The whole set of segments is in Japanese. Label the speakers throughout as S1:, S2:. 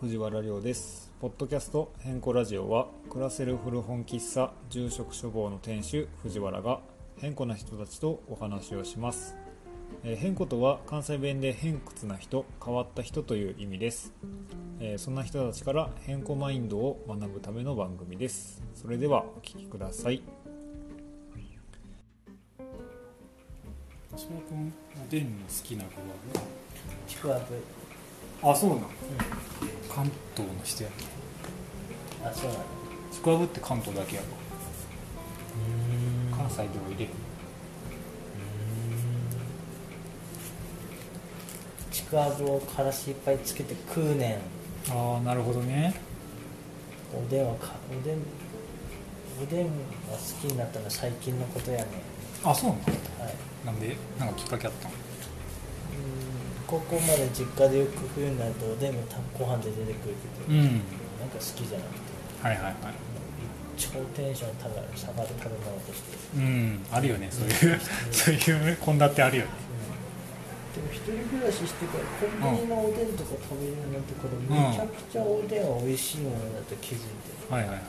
S1: 藤原亮ですポッドキャスト「変更ラジオは」暮らせる古本喫茶住職処方の店主藤原が変更な人たちとお話をします、えー、変更とは関西弁で偏屈な人変わった人という意味です、えーそんな人たちから変更マインドを学ぶための番組ですそれではお聞きください
S2: 千葉君おでんの好きな具
S3: ちくわぶ
S2: 合あそうなの、関東の人やね
S3: あそうなの
S2: ちくわぶって関東だけやろ関西でも入れる
S3: ちくわぶをからしいっぱいつけて食うねん
S2: ああなるほどね
S3: おでんはかおでんおでんが好きになったのは最近のことやねん、
S2: あそうな
S3: はい、
S2: のなんでなんかきっかけあったの
S3: 高校まで実家でよく冬になるとおでんがたご飯で出てくるけど、
S2: ん
S3: なんか好きじゃなくて
S2: はいはいはい
S3: 超テンション高い下がる食べ物として、
S2: うんあるよねそういう そういう献立あるよね
S3: でも一人暮らししてからコンビニのおでんとか食べれるなんてこれ
S2: ん
S3: めちゃくちゃおでんは美味しいものだと気づいて
S2: はいはいはい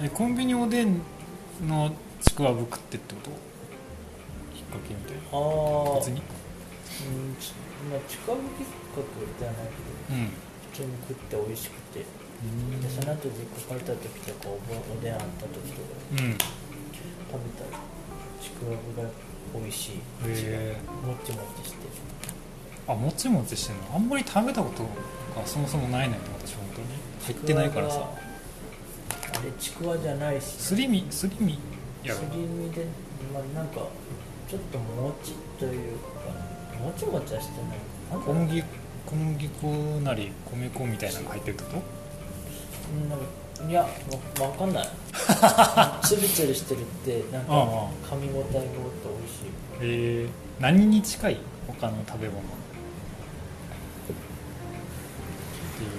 S2: えコンビニおでんのちくわぶ食ってってこときっかけみたい
S3: あ
S2: な
S3: あ
S2: 別に
S3: うんちまあ、近ぶきっかけではないけど
S2: うん
S3: 普通に食って美味しくてでその後実家帰った時とかおぼおでんあった時とか
S2: うんへ
S3: 食べたちくわぶが美味しい
S2: え
S3: もっちもっちして
S2: あもちもちしてるのあんまり食べたことがそもそもないね私本当に入ってないから
S3: ち
S2: さ
S3: くわがあれちくわじゃないし
S2: すり身すり身やろ
S3: すり身で、まあ、なんかちょっともちというかもちもちはしてないなん
S2: 小
S3: だろう
S2: 麦小麦粉なり米粉みたいなのが入ってるってこ
S3: うんなんかいやわわか んないつるつるしてるってなん
S2: と
S3: か
S2: あああ
S3: 噛み応えが
S2: あ
S3: あって美味しい
S2: へえ何に近い他の食べ物っていう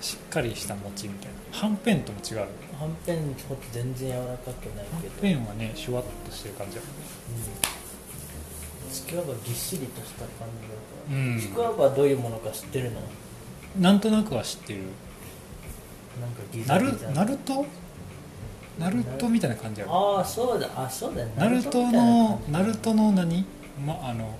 S2: としっかりした餅みたいなはんぺんとも違う
S3: はんぺんほんと全然柔らかくない
S2: はん
S3: けど
S2: ぺんはねシュワッとしてる感じや
S3: うんちくわばぎっしりとした感じだから、
S2: うん
S3: ちくわばはどういうものか知ってるの
S2: なんとなくは知ってる
S3: なんかギ
S2: ナ
S3: ザギ
S2: ル
S3: ザ
S2: ナルトナルトみたいな感じやろ
S3: ああそうだあそうだよ
S2: ナルト
S3: みたいな
S2: のナルトの何、ま、あの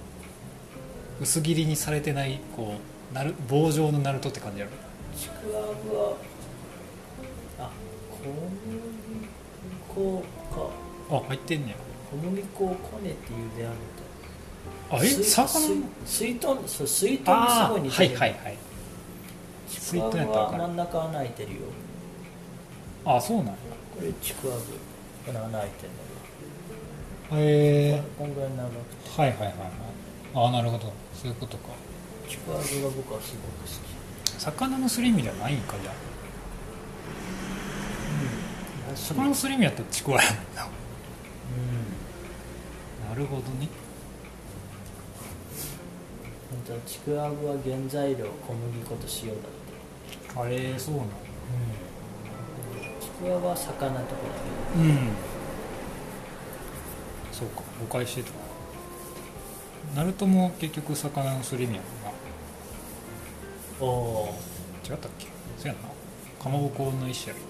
S2: 薄切りにされてないこうナル棒状のナルトって感じやろ
S3: ちくわぶはあ小麦粉か
S2: あ入ってんね
S3: 小麦粉をこねて茹である
S2: や
S3: み
S2: あ
S3: た
S2: え
S3: いな水
S2: 魚の
S3: 水水豚そう水豚にす
S2: あ
S3: ごい
S2: ー
S3: 似
S2: は
S3: て
S2: い
S3: る
S2: はいはい
S3: ちくわぶは真ん中穴開いてるよ
S2: あそうなんや
S3: これちくわぶこの穴開いてるのよ
S2: へえ
S3: こんぐらい長く
S2: はいはいはいはいああなるほどそういうことか
S3: てちくわぶが僕はすごく好き
S2: 魚のすり身じゃないんかじゃあ魚のすり身やったらちくわやもんな
S3: う
S2: な
S3: ん
S2: るほどね
S3: 本当はちくわぶは原材料小麦粉と塩だって
S2: あれそうなん
S3: ちくわぶは魚とかだけ
S2: うんそうか誤解してたナルトも結局魚のすり身やもんな
S3: どおお
S2: 違ったっけそうやんなかまぼこの一種や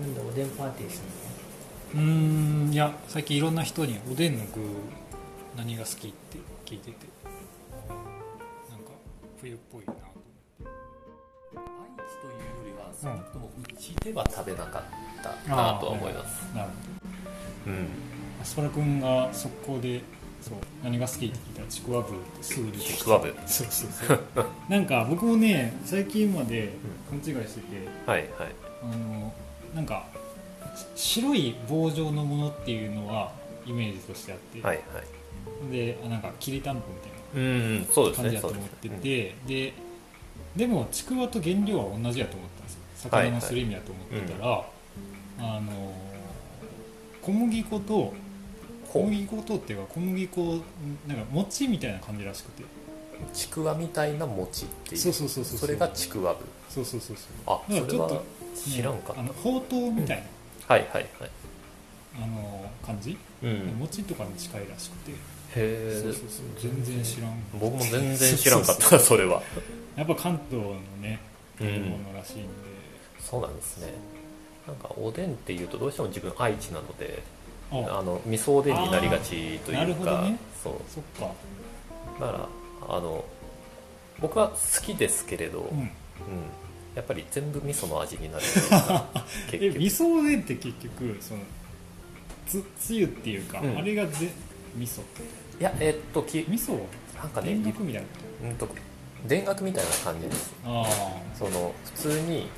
S3: なんでおでんパーティーする
S2: ろうーんいや最近いろんな人におでんの具何が好きって聞いててなんか冬っぽいなと
S4: 毎日というよりは少なくともうちでは食べなかった
S2: あ
S4: な
S2: あ
S4: とは思います、
S2: なるほ
S4: うん、
S2: どアスパラ君が速攻でそう何が好きって聞いたらちくわぶってすぐ出てきて
S4: ちくわぶ
S2: そうそうそうなんか僕もね最近まで勘違いしてて、
S4: はいはい
S2: あのなんかし白い棒状のものっていうのはイメージとしてあって、
S4: はいはい
S2: であなんかきりたんぽみたい
S4: うんそうで
S2: な
S4: す
S2: 感じだ
S4: ね
S2: と
S4: そう
S2: 思っ
S4: です
S2: て
S4: ね
S2: てで,、でもちくわと原料は同じやと思ったんですよ魚のすり身やと思ってたら、あの小麦粉と小
S4: うんこ
S2: 麦粉とっていうか小麦粉なんか餅みたいな感じらしくて
S4: うちくわみたいな餅っていう
S2: そうそうそうそう
S4: それがちくわぶ
S2: そうそうそうそう
S4: あそ
S2: だから
S4: れ
S2: ちょっと
S4: は知らんかっ
S2: あ
S4: た、
S2: のほうとうみたいな、
S4: はいはいはい
S2: あの感じ、
S4: うん、
S2: 餅とかに近いらしくて、
S4: へえ
S2: そうそうそう全然知らん
S4: 僕も全然知らんかったそれは
S2: やっぱ関東のね
S4: う
S2: も
S4: ん
S2: のらしいんで、
S4: そうなんですねなんかおでんっていうとどうしても自分愛知なので
S2: あ
S4: あの味噌おでんになりがちと
S2: あーな
S4: いう
S2: るほど
S4: か、
S2: ね
S4: そう
S2: そっか
S4: だからあの僕は好きですけれど、
S2: う
S4: うん
S2: ん
S4: やっぱり全部味噌の味にな るというか
S2: え
S4: 結
S2: 味
S4: 局
S2: 噌おでんって結局そのつつゆっていうか、
S4: うん
S2: あれがぜ味噌って
S4: いやえっとき
S2: 味噌は
S4: なんかね
S2: 田楽みたいな
S4: うんと田楽みたいな感じです
S2: あ
S4: その普通に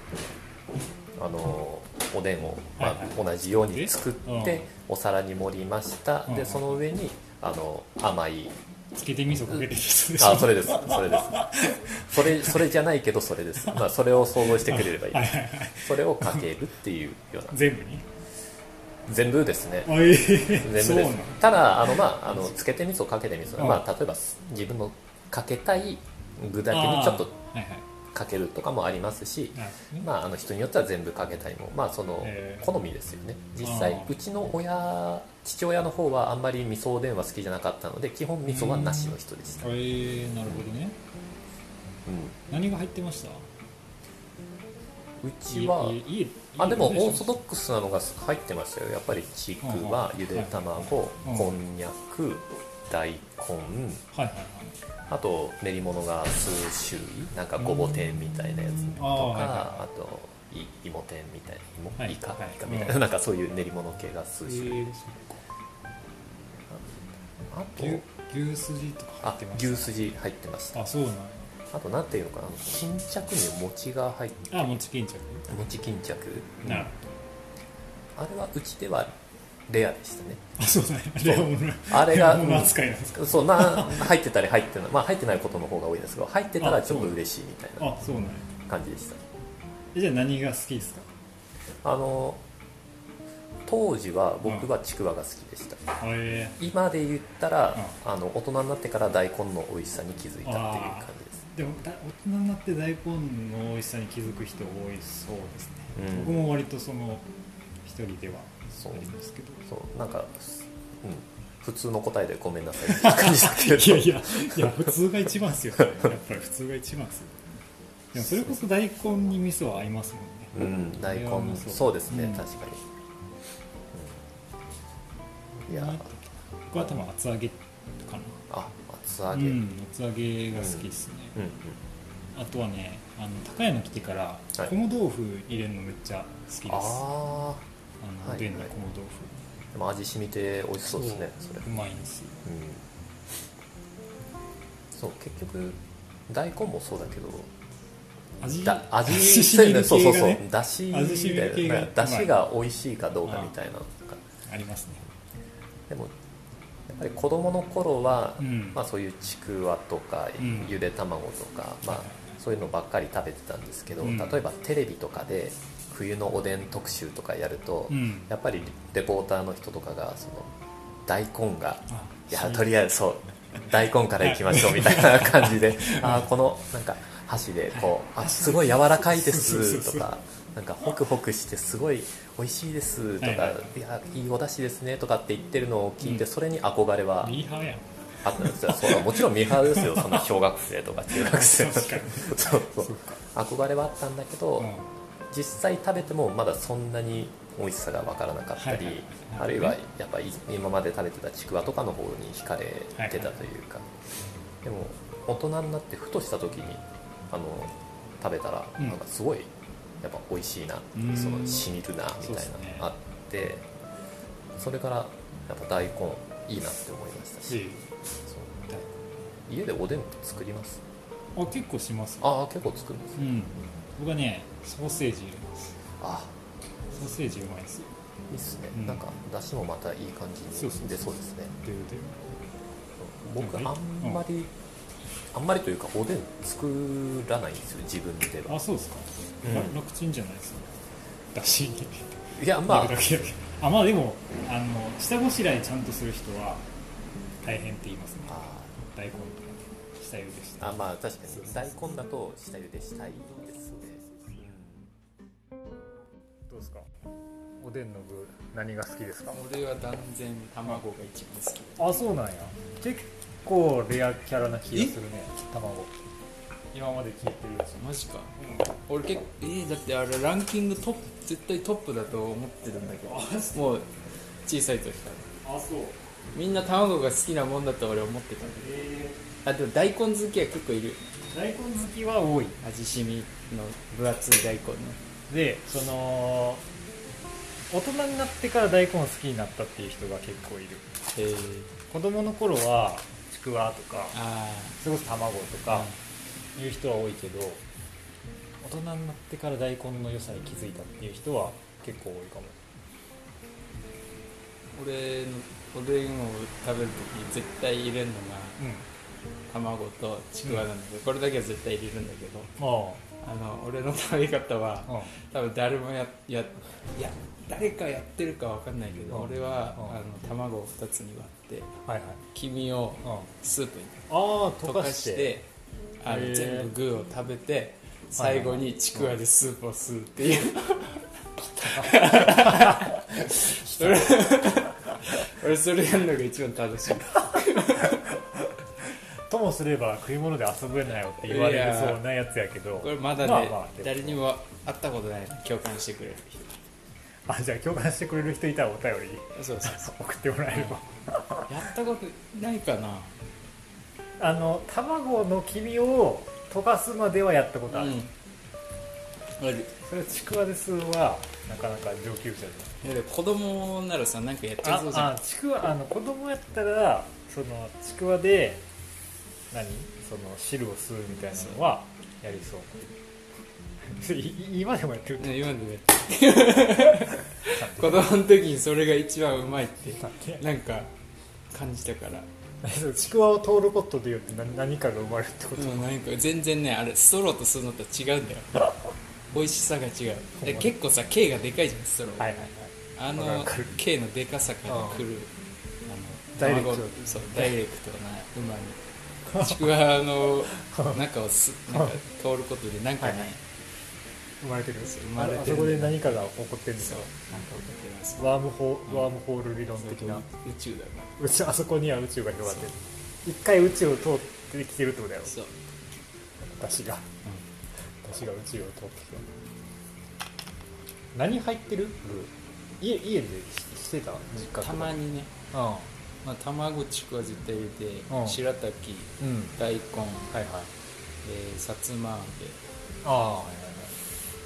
S4: あのおでんを、ま
S2: はい
S4: あ、同じように作っ
S2: でうん
S4: てお皿に盛りました
S2: うんう
S4: で
S2: ん
S4: その上にあの甘い
S2: あつけて味噌かけてる人でしょ
S4: あそれですそれですそれそれじゃないけどそれです、まあ、それを想像してくれればいい
S2: はいはいはい
S4: それをかけるっていうような
S2: 全部に
S4: 全部ですね
S2: あええ
S4: 全部です
S2: そうなの
S4: ただあのまああのつけて味噌かけて味噌、
S2: うん
S4: まあ、例えば自分のかけたい具だけにちょっと
S2: あーはいはい
S4: かけるとかもありますし
S2: なるほどね
S4: まあ、あの人によっては全部かけたりも、まあ、その
S2: えー
S4: 好みですよね実
S2: あ
S4: 際
S2: ー
S4: うちの親父親の方はあんまり味噌おでんは好きじゃなかったので基本味噌はなしの人でした、
S2: あえー、なるほどね
S4: う
S2: 何が入ってました
S4: んうちは
S2: 家家家
S4: あでもオーソド
S2: ッ
S4: ックスなのが入ってましたよやっぱりちくわ
S2: うんうん
S4: ゆで卵
S2: うん
S4: こんにゃく大根
S2: クはいはいはい
S4: あと練り物が数種類なんかごぼ天みたいなやつと
S2: うんあー
S4: か、
S2: はいはい
S4: あとい芋天みたいな芋、
S2: はい
S4: イカ、
S2: はい
S4: イカみたいな、
S2: うん
S4: なんかそういう練り物系が数
S2: え
S4: 種類、
S2: ー、
S4: あと
S2: 牛牛すじとか入
S4: あ
S2: ってました
S4: 牛すじ入ってました
S2: あそうなの
S4: あとなんていうのかな巾着に餅が入って
S2: あ餅巾着
S4: 餅巾着、
S2: なるほ
S4: あれはうちではレアでしたね
S2: どあそうだねあれは もうレア
S4: あれが
S2: 物扱いなんです
S4: そうな入ってたり入ってないまあ入ってないことの方が多いですけど入ってたらちょっと嬉しいみたいな
S2: あそうなんや
S4: 感じでした
S2: えじゃあ何が好きですか
S4: あの当時は僕はちくわが好きでした、
S2: あえ
S4: 今で言ったら、あの大人になってから大根の美味しさに気づいたっていう感じです
S2: ーでもだ大人になって大根の美味しさに気づく人多いそうですね、
S4: うん
S2: 僕も割とその一人では
S4: そう
S2: ありますけど
S4: そうなんか、うん、普通の答えでごめんなさいっていう感じですけ
S2: いや
S4: ど
S2: いやいや普通が一番ですよやっぱり普通が一番ですよでもそれこそ大根に味噌は合いますもんね
S4: うん、大根
S2: これはもうそう
S4: そうですね、
S2: うん
S4: 確かに、うん、いや
S2: 僕は多分厚揚げか
S4: あ厚
S2: な
S4: 揚
S2: う
S4: げ、うん
S2: ん厚揚げが好きですね、
S4: うん
S2: あとはねあの高山来てから
S4: はい
S2: こも豆腐入れるのめっちゃ好きです、
S4: あ
S2: あ
S4: は
S2: の
S4: い
S2: おでんのこも豆腐、
S4: あでも味染みて美味しそうですねそれ
S2: うまいんですよ
S4: うんそう結局大根もそうだけど
S2: 味
S4: だ味
S2: 染みる
S4: そう
S2: 系
S4: そう
S2: が
S4: そう、
S2: ね
S4: だし
S2: 味染みる系が
S4: だだしが美味しいかどうかみたいなのとか
S2: ありますね
S4: でもやっぱり子供の頃は、
S2: うん
S4: まあ、そういうちくわとか、
S2: うん
S4: ゆで卵とか、まあ
S2: はい、
S4: そういうのばっかり食べてたんですけど、
S2: うん
S4: 例えばテレビとかで冬のおでん特集とかやると、
S2: うん
S4: やっぱりレポーターの人とかがその大根が
S2: あ
S4: いや
S2: そう
S4: とりあえずそう大根からいきましょうみたいな感 じであーこのなんか箸でこうあすごい柔らかいで
S2: そうそう
S4: す
S2: そう
S4: とかなんかホクホクしてすごい美味しいですとか、
S2: はいいはい
S4: やいいお出汁ですねとかって言ってるのを聞いて、
S2: うん
S4: それに憧れは
S2: ミーハーやん
S4: あったんですよそうもちろんミーハーですよその小学生とか中学生と か
S2: 確かに
S4: そうそう
S2: そっか
S4: 憧れはあったんだけど、
S2: うん
S4: 実際食べてもまだそんなに美味しさがわからなかったり、
S2: はいはい
S4: あるいはやっぱり今まで食べてたちくわとかの方に惹かれてたというか、でも大人になってふとした時にあの食べたら
S2: うん
S4: なんかすごいやっぱ美味しいな、
S2: うん
S4: そのしみるなみ
S2: そうった
S4: い
S2: すね
S4: なのあってそ,、れからやっぱ大根いいなって思いましたし、
S2: し
S4: そう家でおでん作ります
S2: あ結構しますよ
S4: ああ結構作るんです
S2: うん僕はねソーセージ入れます
S4: あ
S2: ソーセージうまいですよ
S4: いいっすね、
S2: うん
S4: なんかだしもまたいい感じ
S2: そうそうそ
S4: に
S2: う
S4: 出そうですね
S2: でで
S4: 僕あ
S2: うん
S4: んまり、あんまりというかおでん作らないんですよ自分では
S2: あそうですか、
S4: うん
S2: ら楽ちんじゃないですかだしに
S4: いやまあ
S2: 入れるだけやけどあまあでもあの下ごしらえちゃんとする人は大変って言いますね
S4: あ
S2: 大根とかね下茹でして
S4: ーあまあ確かに大根だと下茹でしたいですね、
S2: どうですかおでんの具何が好きですか
S5: 俺は断然卵が一番好き
S2: あそうなんや結構レアキャラな気がするね卵今まで聞いてるやつ
S5: マジか、うん、俺結構えー、だってあれランキングトップ絶対トップだと思ってるんだけどもう小さい時から
S2: あそう
S5: みんな卵が好きなもんだと俺思ってたんだけど、えー、あでも大根好きは結構いる
S2: 大根好きは多い
S5: 味しみの分厚い大根の
S2: でその大人になってから大根好きになったっていう人が結構いる、
S5: えー、
S2: 子供の頃はちくわとかそれこそ卵とかいう人は多いけど大人になってから大根の良さに気づいたっていう人は結構多いかも
S5: 俺のおでんを食べる時絶対入れるのが、卵とちくわなんだけど、これだけは絶対入れるんだけどあの俺の食べ方は、多分誰もややや誰かやってるかわかんないけど、俺は、あの卵を2つに割って、
S2: はいはい、
S5: 黄身をスープに
S2: 溶
S5: かしてあの全部具を食べて最後にちくわでスープを吸うっていう。 俺それやるのが一番楽しい
S2: ともすれば食い物で遊べないよって言われるそうなやつやけど
S5: これまだね、まあまあ、誰にも会ったことない共感してくれる人
S2: あじゃあ共感してくれる人いたらお便り
S5: そうそうそう
S2: 送ってもらえれば
S5: やったことないかな
S2: あの卵の黄身を溶かすまではやったことある、うんそれちくわですはなかなか上級者
S5: じゃない子供ならさなんかやっちゃいそうじゃんあ
S2: ちくわあの子供やったらそのちくわで何その汁を吸うみたいなのはやりそう今でもやってる
S5: 今でもやってる 子供の時にそれが一番うまいってなんか感じたか ら、
S2: ちくわを通ることでよって何かが生まれるってこと、うん
S5: 何か全然ねあれストローと吸うのと違うんだよ美味しさが違う結構さ径がでかいじゃんストロー、
S2: はいはい
S5: はい、あの径のでかさからくる、うん、
S2: ダイレクト
S5: そうダイレクトなうまみちくわの中をすなんか通ることで何かね、はいはい、
S2: 生まれてるん
S5: ですよ生まれてる
S2: あそこで何かが起こってるんですよ
S5: 何か起こってます
S2: ワームホー、うん、ワームホール理論的な宇
S5: 宙だよ
S2: 宇宙あそこには宇宙が広がってる一回宇宙を通ってきてるってことだよ
S5: そう
S2: 私が、うん私が宇宙を通って何入ってる家家でしてた実家
S5: たまにね、
S2: うんま
S5: あ、卵ちくわ絶対入れて、うん、白滝、
S2: うん、はいは
S5: 大根、
S2: い
S5: えー、さつま揚げ、
S2: ああ、はいはい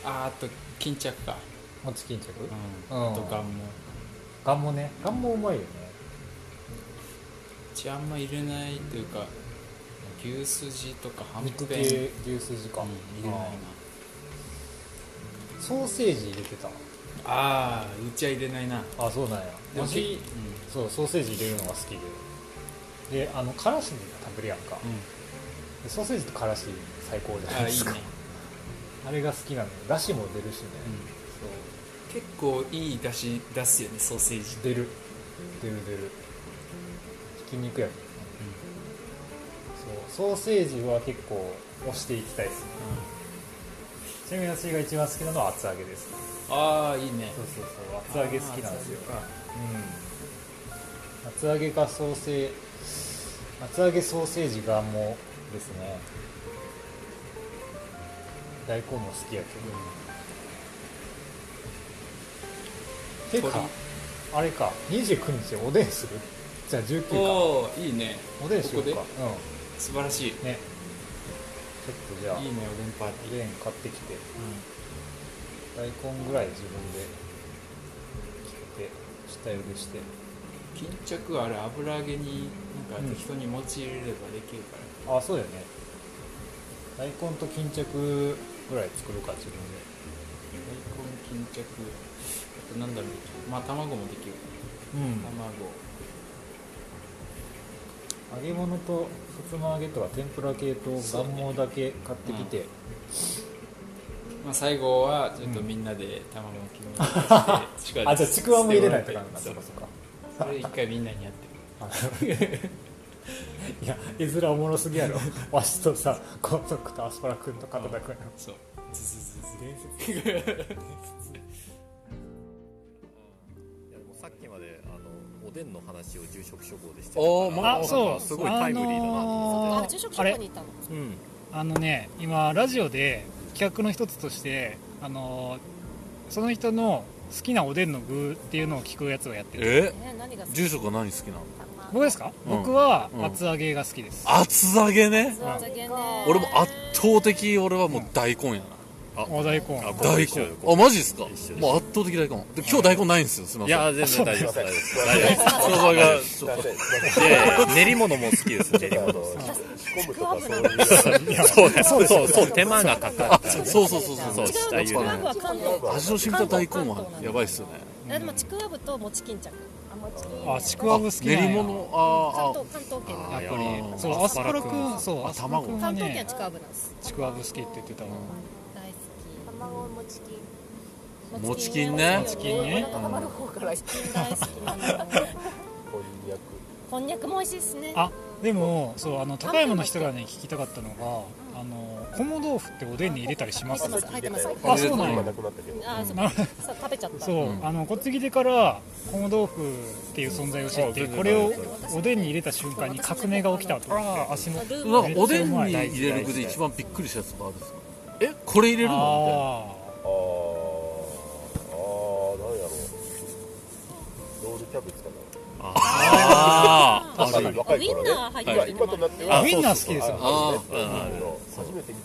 S5: ああと巾着か
S2: もち巾着、
S5: うん、あとがんも
S2: がんもねがんもうまいよね
S5: うちあんま入れないというか牛すじとかはん
S2: ぺん牛すじか、うん、
S5: 入れないな
S2: ソーセージ入れてた
S5: ああうちは入れないな
S2: あそうなんやわし、うん、そうソーセージ入れるのが好きでであのからしで食べるやんか、うん、ソーセージとからし最高じゃないですかあいい、ね、あれが好きなのだしも出るしね、
S5: そう結構いいだし出すよねソーセージ
S2: 出る出る出るひき肉やけどソーセージは結構押していきたいですね、うん、ちなみに私が一番好きなのは厚揚げです、ね、
S5: ああいいね
S2: そうそうそう厚揚げ好きなんですよ、うん、厚揚げかソーセージ厚揚げソーセージがもうですね大根も好きやけど、うん、てかあれか29日おでんするじゃあ19か
S5: おいいね
S2: おでんしようかうん
S5: 素晴らしい
S2: ねちょっとじゃあ
S5: いいねおでんパーテ
S2: ィーおでん買ってきて、うん、大根ぐらい自分で切って下茹でして
S5: 巾着はあれ油揚げになんか適当に用いればできるから、
S2: うん、あそうだよね大根と巾着ぐらい作るか自分で
S5: 大根巾着あとなんだろうまあ卵もできる、
S2: うん、
S5: 卵
S2: 揚げ物とさつま揚げとか天ぷら系と万能だけ買ってきて、ね
S5: うん、まあ、最後はちょっとみんなで卵を切りま
S2: して、うん、ち くわも入れないとかなんだ
S5: そうかそれ一回みんなにやって
S2: るいや絵面おもろすぎやろわしとさ高徳とアスパラ君と片田君
S5: そうズズズズ
S2: 伝説
S4: 中であのおでんの話を住職処方でして
S2: おーまあそう
S4: すごいタイムリーだなと思 っ
S6: あ
S4: て
S6: 住職職に行ったの
S4: てうん
S2: あのね今ラジオで企画の一つとしてあのーその人の好きなおでんの具っていうのを聞くやつをやってる
S7: え
S6: え何が好き
S7: 住職は何好きなの
S2: 僕ですか、
S7: うん
S2: 僕は
S7: うん
S2: 厚揚げが好きです、
S7: 厚揚げね
S6: そうだけね
S7: 俺も圧倒的俺はもう大根や
S4: あ
S2: お大根
S4: あ
S7: な大
S4: 一緒
S7: 根
S4: よここ
S7: あマジですかもう
S4: 一緒
S7: 圧
S4: です
S7: 倒的大根で今日大根ないんですよすいま
S4: い
S7: せん
S4: や全然大丈夫です大丈夫です 大丈夫です
S7: それがちょっと
S4: いやいや練り物も好きです練り物
S6: ちくわぶなん
S4: そうだそうそうそう手間がかかる
S7: そうそうそうそう
S4: そう
S6: ちく
S4: 下茹で
S6: わぶは関東
S7: 味の染みた大根はやばいっすよね
S6: あでもちくわぶと餅巾着あ餅巾
S2: あちくわぶ好きなんや
S7: 練り物あ
S6: 関
S7: ーあ
S6: 東関東圏
S2: や
S6: の
S2: っぱ
S4: あ
S2: り
S7: あ
S2: そうア
S4: ア
S2: ス
S4: ス
S2: パ
S4: パ
S2: ラ
S4: ラ
S2: く
S4: くん
S2: んそうアスパラくんは
S6: 関東圏は
S2: ね
S6: ちくわぶなんです
S2: ちくわぶ好きって言ってたな
S6: 大好
S8: 卵餅金
S6: き
S7: 餅巾ね
S6: 餅
S2: 餅巾ね
S8: お腹が丸方から
S6: 餅巾大好きなのこんにゃくも美味しいですね
S2: あでもそうあの高山の人がね聞きたかったのがあの菰豆腐っておでんに入れたりしま
S6: 入っ
S2: す
S6: てます入ってます
S2: あそうなんや
S6: あそう
S2: な
S6: かそう食べちゃった
S2: そう、
S7: うん
S2: あの小ぎでから菰豆腐っていう存在を知
S4: あ
S2: って
S4: 全然
S2: これを
S4: 大丈夫
S2: おでんに入れた瞬間に革命が起きたとああ足の
S6: ルー
S7: な
S6: も
S7: んかおでんに入れる具で一番びっくりしたやつがあるんですよえこれ入れるの
S2: あ
S9: あーあー何やろうロールキャベツか
S7: あ
S9: な若い
S6: あウ
S9: 若い
S6: イン
S9: 頃
S6: ナ
S9: ね
S6: ー入ってる
S9: 今となって
S2: あ
S9: は
S2: ウインナー好きですよ
S9: あ
S7: あ
S9: そうそう
S7: あ
S9: 初めて見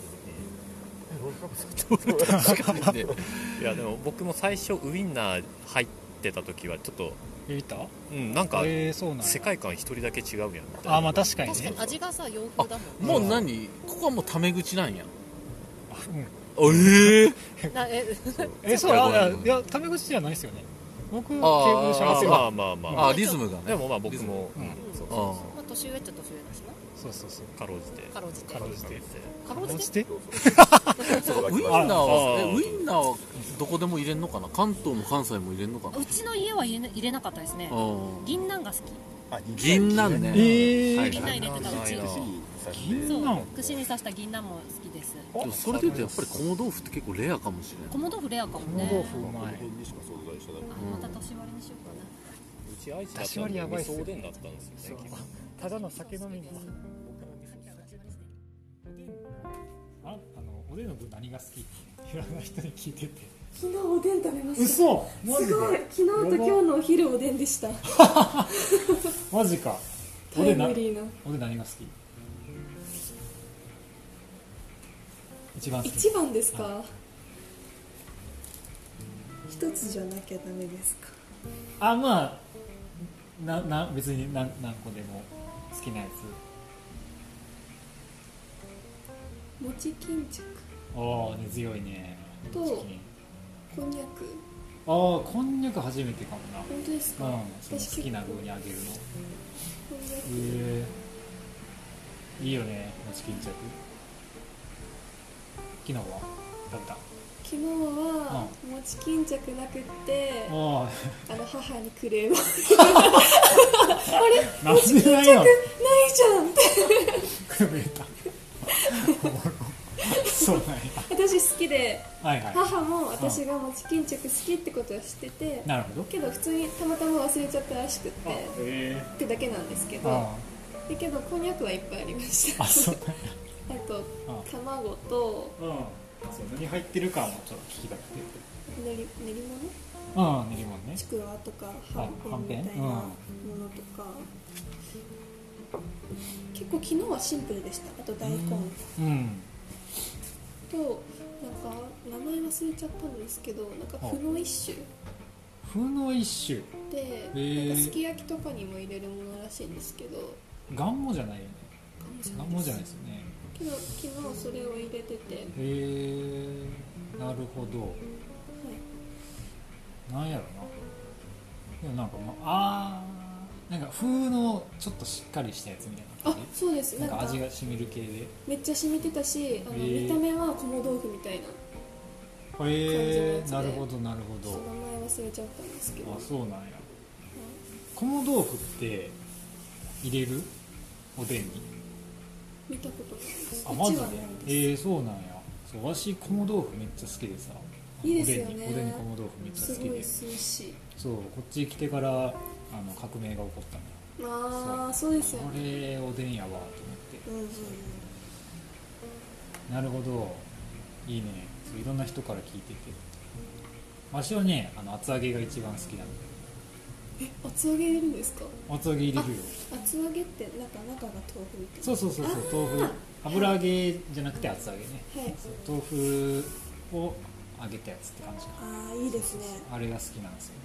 S9: た時えロールキャベツ
S7: あで
S4: いやでも僕も最初ウインナー入ってた時はちょっと
S2: 入れた
S4: うんなんか
S2: えー、そうなんや
S4: 世界観一人だけ違うやんみたいな
S2: あまあ確かに
S6: 確
S2: ね
S6: かに味がさ洋風だもん
S7: もう何ここはもうタメ口なんや
S2: うん
S7: あええ
S6: なえ
S2: えそうあいやいやタメ口じゃないですよね僕敬語しゃべってる
S4: まあまあまあ
S7: あリズムがね
S4: でもまあ僕も
S2: うん
S4: そうそう
S7: あ
S6: まあ年上っちゃ年上だしな
S2: そうそうそう
S4: かろうじて
S6: かろうじて
S4: かろうじて
S6: かろう
S2: そ
S6: じ
S2: してて
S7: あウインナーは
S4: あ
S7: えウインナーはどこでも入れんのかな関東も関西も入れんのかな
S6: うちの家は入れな入れなかったですね
S7: あ
S6: 銀杏が好
S7: ー銀なんね
S2: え
S7: はい
S6: き銀杏入れてたうち
S2: 銀
S6: そ
S2: 杏
S6: う串に刺した銀杏も好きです
S7: でもそれでいうとやっぱり菰豆腐って結構レアかもしれない
S6: 小豆腐レアかもね
S2: 豆腐うまい
S9: にしか存在してない
S6: あまた年割りにしようかな
S4: うち愛知だ
S2: だ
S4: っ
S2: した割
S4: ん
S2: り
S4: で
S2: やばいっ
S4: 味
S2: すよ
S4: 噌おでんだったんですよね
S2: ただの酒飲みにああのおでんの具何が好きっていろんな人に聞いてて
S8: 昨日おでん食べましたす
S2: 嘘マジ
S8: ごい
S2: で
S8: 昨日と今日のお昼おでんでした
S2: マジか
S8: タイムリーな
S2: おでん何が好き一番好き
S8: 一番ですか一つじゃなきゃダメですか
S2: あまあなな別に何何個でも好きなやつ
S8: 餅巾着
S2: おお根強いね
S8: と
S2: チキン
S8: こんにゃく
S2: ああこんにゃく初めてかもな
S8: 本当ですか、
S2: うんその
S8: 私
S2: 好き
S8: 結構
S2: な具にあげるの
S8: こんにゃく
S2: へえいいよね餅巾着昨日は食べた
S8: 昨日は餅巾着なくって
S2: あ
S8: あの母にクレーム ない
S2: あなんでないの
S8: じゃんって
S2: くれたおもろそうなんや
S8: 私好きで
S2: はいは
S8: 母も私が餅巾着好きってことは知ってて
S2: いなるほど
S8: けど普通にたまたま忘れちゃったらしくって
S2: あえ
S8: ってだけなんですけ
S2: ー、
S8: ど
S2: あ
S8: だけどこんにゃくはいっぱいありました
S2: あ
S8: あ
S2: そうなんや
S8: と
S2: あ
S8: 卵と
S2: うんそう何入ってるかもちょっと聞きたくて
S8: 練り練り物
S2: うん練り物ね
S8: ちくわとか
S2: あ
S8: はんぺんみたいな
S2: は
S8: も
S2: ん
S8: のとか、結構昨日はシンプルでしたあと大根と、
S2: うん
S8: なんか名前忘れちゃったんですけどなんか麩の一種
S2: 風の一種
S8: で、
S2: ー
S8: なんかすき焼きとかにも入れるものらしいんですけど
S2: がんもじゃないよねがんもじゃないで
S8: で
S2: すすよね
S8: けど昨日それを入れてて
S2: へえなるほどなんやろなでもなんかまああーなんか風のちょっとしっかりしたやつみたいな
S8: あ
S2: 感
S8: そうです
S2: じ
S8: な
S2: なんん
S8: か
S2: か味がしみる系でへ
S8: めっちゃ染みてたしあの、
S2: へー
S8: 見た目は菰豆腐みたいな
S2: え
S8: 感
S2: な
S8: じのやつで
S2: るほどなるほ
S8: ちょっと
S2: ど
S8: 名前忘れちゃったんですけど
S2: あそうなんや菰豆腐って入れるおでんに
S8: 見たことないです
S2: あマジ
S8: うち
S2: で
S8: はないです
S2: えー、そうなんやそうわし菰豆腐めっちゃ好きでさ
S8: いいですよね
S2: おでんに小豆豆腐めっちゃ
S8: す
S2: 好き
S8: ごい
S2: で
S8: 涼しい
S2: そうこっち来てからあの革命が起こったの
S8: ああそうですよ
S2: こ
S8: ね
S2: れおでんやわと思って
S8: うんうんうん
S2: なるほどいいねそういろんな人から聞いててわしはねあの厚揚げが一番好きなんで
S8: え厚揚げ入れるんですか
S2: 厚揚げ入れるよ
S8: 厚揚げってなんか中が豆腐みたいな
S2: そうそうそうそう豆腐油揚げじゃなくて厚揚げね
S8: はい
S2: そう豆腐を揚げたやつって感じ
S8: ああいいですね
S2: あれが好きなんですよね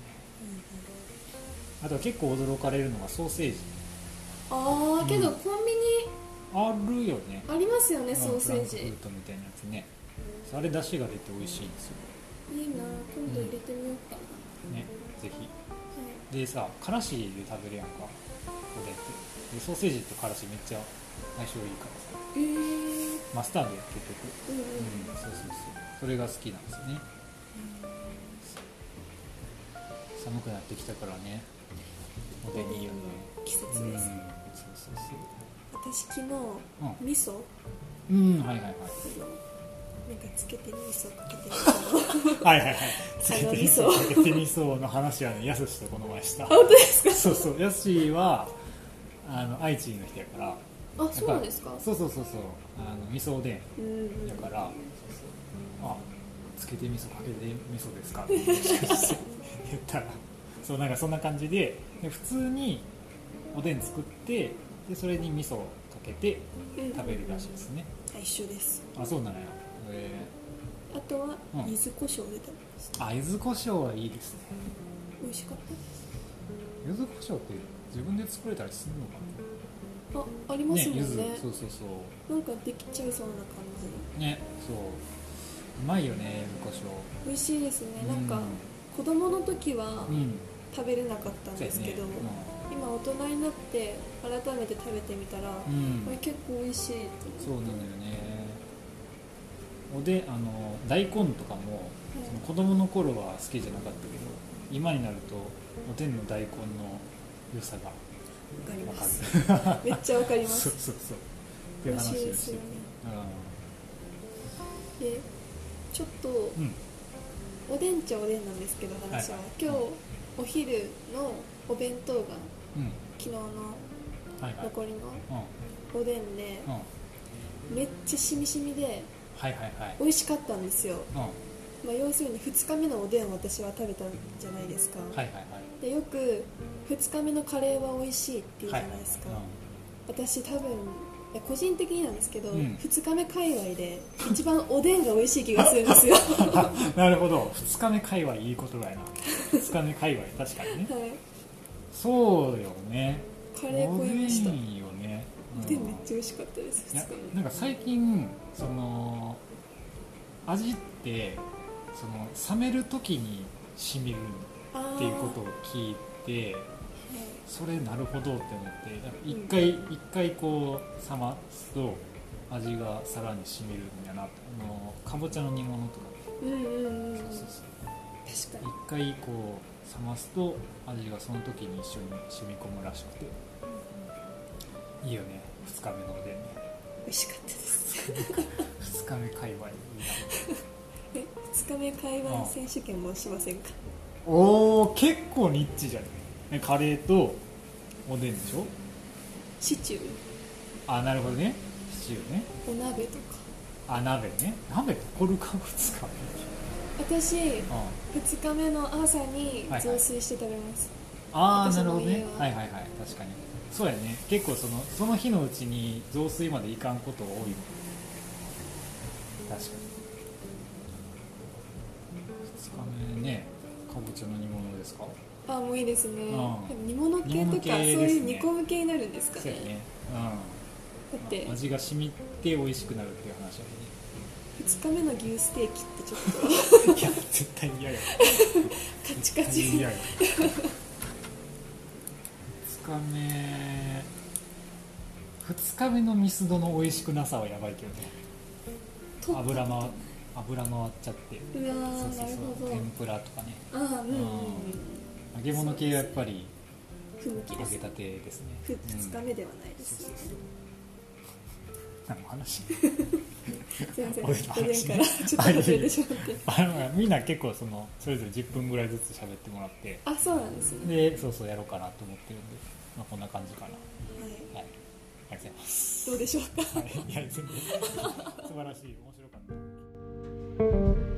S2: あとは結構驚かれるのがソーセージ
S8: ああけどコンビ
S2: あるよね
S8: ニありますよね
S2: あの
S8: ソーセージ
S2: フランクフルトみたいなやつねそうあれ出汁が出て美味しいんですよ
S8: いいな今度入れてみようかな、
S2: ねぜひでさからしで食べるやんかおでんってでソーセージとからしめっちゃ相性いいからさ
S8: はい、えー、
S2: マスタードや結局
S8: うん
S2: う
S8: うん
S2: んそうそうそうそれが好きなんですよね寒くなってきたからねおでんいいよね
S8: 季節
S2: うん
S8: です、
S2: そうそう
S8: 私昨日
S2: そう
S8: 味噌を
S2: うんうんはいはいはい
S8: なんかつけて味噌かけてみ
S2: はい はいはい。つ
S8: 佐
S2: け
S8: 賀
S2: て
S8: 味
S2: み
S8: 噌
S2: そう。つけてみそうの話はね、やすしとこの前した。本
S8: 当です
S2: か。そうそう、やすしは。あの愛知の人やから。やっぱ
S8: たいな あそうなんですか
S2: そうそうそうそう、あの味噌おで
S8: うんうん
S2: んやから。そうそうあ、つけて味噌かけて味噌ですかって 言ったら。そう、なんかそんな感じで、で普通に。おでん作って、で、それに味噌をかけて。食べるらしいですね。
S8: あ一緒です
S2: あ、そうなのよ。えー
S8: あとは
S2: うん
S8: 柚子胡椒を入れたの
S2: あ柚子胡椒はいいですね
S8: 美味しかったです
S2: 柚子胡椒って自分で作れたりするのか
S8: ああり
S2: な
S8: ますもんね
S2: 柚子そうそうそう
S8: なんかできちゃいそうな感じ
S2: ねそううまいよね柚子胡椒
S8: 美味しいですね
S2: う
S8: なんか子供の時は
S2: うん
S8: 食べれなかったん
S2: そう
S8: で
S2: や
S8: すけ
S2: ね
S8: ど、今大人になって改めて食べてみたら、
S2: うん、
S8: こ
S2: う
S8: れ
S2: ん
S8: 結構美味しいと
S2: そう
S8: 思
S2: なのよねおであの大根とかもその子供の頃は好きじゃなかったけど今になるとおでんの大根の良さが
S8: うわかり
S2: 分
S8: ま
S2: か
S8: す
S2: る
S8: めっちゃわかりま
S2: そうそ
S8: す
S2: うそうってい
S8: 美
S2: う
S8: 味
S2: 話
S8: し
S2: を
S8: い
S2: して
S8: ですよね
S2: う
S8: でちょっと、
S2: んうん
S8: おでんっちゃおでんなんですけど話は、
S2: はい
S8: 今日お昼のお弁当が
S2: うん
S8: 昨日の
S2: はいはい
S8: 残りの
S2: うん
S8: おでんで
S2: うんはい
S8: めっちゃしみしみで
S2: はいはい
S8: 美味しかったんですよ、
S2: うん
S8: まあ、要するに2日目のおでんを私は食べたんじゃないですか、
S2: はいはいはい
S8: でよく2日目のカレーは美味しいって言うじ
S2: は
S8: ゃ
S2: い
S8: ないですか、私多分いや個人的になんですけど、
S2: うん
S8: 2日目界隈で一番おでんが美味しい気がするんですよ、は
S2: うんなるほど2日目界隈いいことだよな2日目界隈確かにね
S8: い、
S2: そうよね
S8: カレー
S2: お
S8: 超
S2: で
S8: え
S2: ん
S8: ました
S2: よねうん
S8: おでんめっちゃ美味しかったです2日
S2: いやなんか最近その味ってその冷める時にしみる
S8: 目あ
S2: っ
S8: ー
S2: ていうことを聞いて
S8: はい
S2: それなるほどって思ってやっぱ一回一回こう冷ますと味がさらにしみるんだなってあのかぼちゃの煮物とか
S8: うんうんうんうん
S2: そうそう
S8: 確
S2: そう
S8: かに
S2: 一回こう冷ますと味がその時に一緒に染み込むらしくていいよね2日目のおでんね
S8: 美味しかったです
S2: 2日目界隈いい
S8: え2日目会
S2: あ
S8: 話
S2: あ
S8: 選手権もしませんか
S2: なおお結構ニッチじゃんねカレーとおでんでしょ
S8: シチュー
S2: あなるほどねシチューね
S8: お鍋とか
S2: あ鍋ね鍋残るか2日目
S8: 私2
S2: あ
S8: 日目の朝に
S2: はいはい
S8: 雑炊して食べます、
S2: あー
S8: 私
S2: なる
S8: の
S2: ほどね
S8: 家は
S2: はいはいはい確かにそうやね結構そのその日のうちに雑炊までいかんことが多いもん確かに2日目ねかぼちゃの煮物ですか
S8: あもういいですねで
S2: あ
S8: も
S2: あ
S8: 煮物系とか
S2: 煮物系
S8: そう
S2: ですね
S8: いう煮込む系になるんですか
S2: そう
S8: ね
S2: やね
S8: だって
S2: うん味が染みて美味しくなるっていう話や
S8: 2日目の牛ステーキってちょっと
S2: ねいや絶対嫌や
S8: カチカチ
S2: 絶対嫌や2日目2日目のミスドの美味しくなさはやばいけどね
S8: 取った
S2: 油回油回っちゃって
S8: うわ
S2: そうそうそ
S8: ーな
S2: う
S8: るほど
S2: 天ぷらとかね
S8: ああうんうんうん
S2: 揚げ物系はやっぱり
S8: 不向き
S2: 揚
S8: です
S2: げたてですね
S8: 2日目ではないですね、
S2: 何の話
S8: 全
S2: 俺の
S8: 然午前
S2: 話
S8: か
S2: ね
S8: らちょっと外れてしまって
S2: あのみんな結構そのそれぞれ10分ぐらいずつ喋ってもらって
S8: あそうなんですね
S2: でそうそうやろうかなと思ってるんで、まあ、こんな感じかな
S8: はい
S2: はいありがとうございます
S8: どうでしょうか
S2: はいいや全然素晴らしい面白かった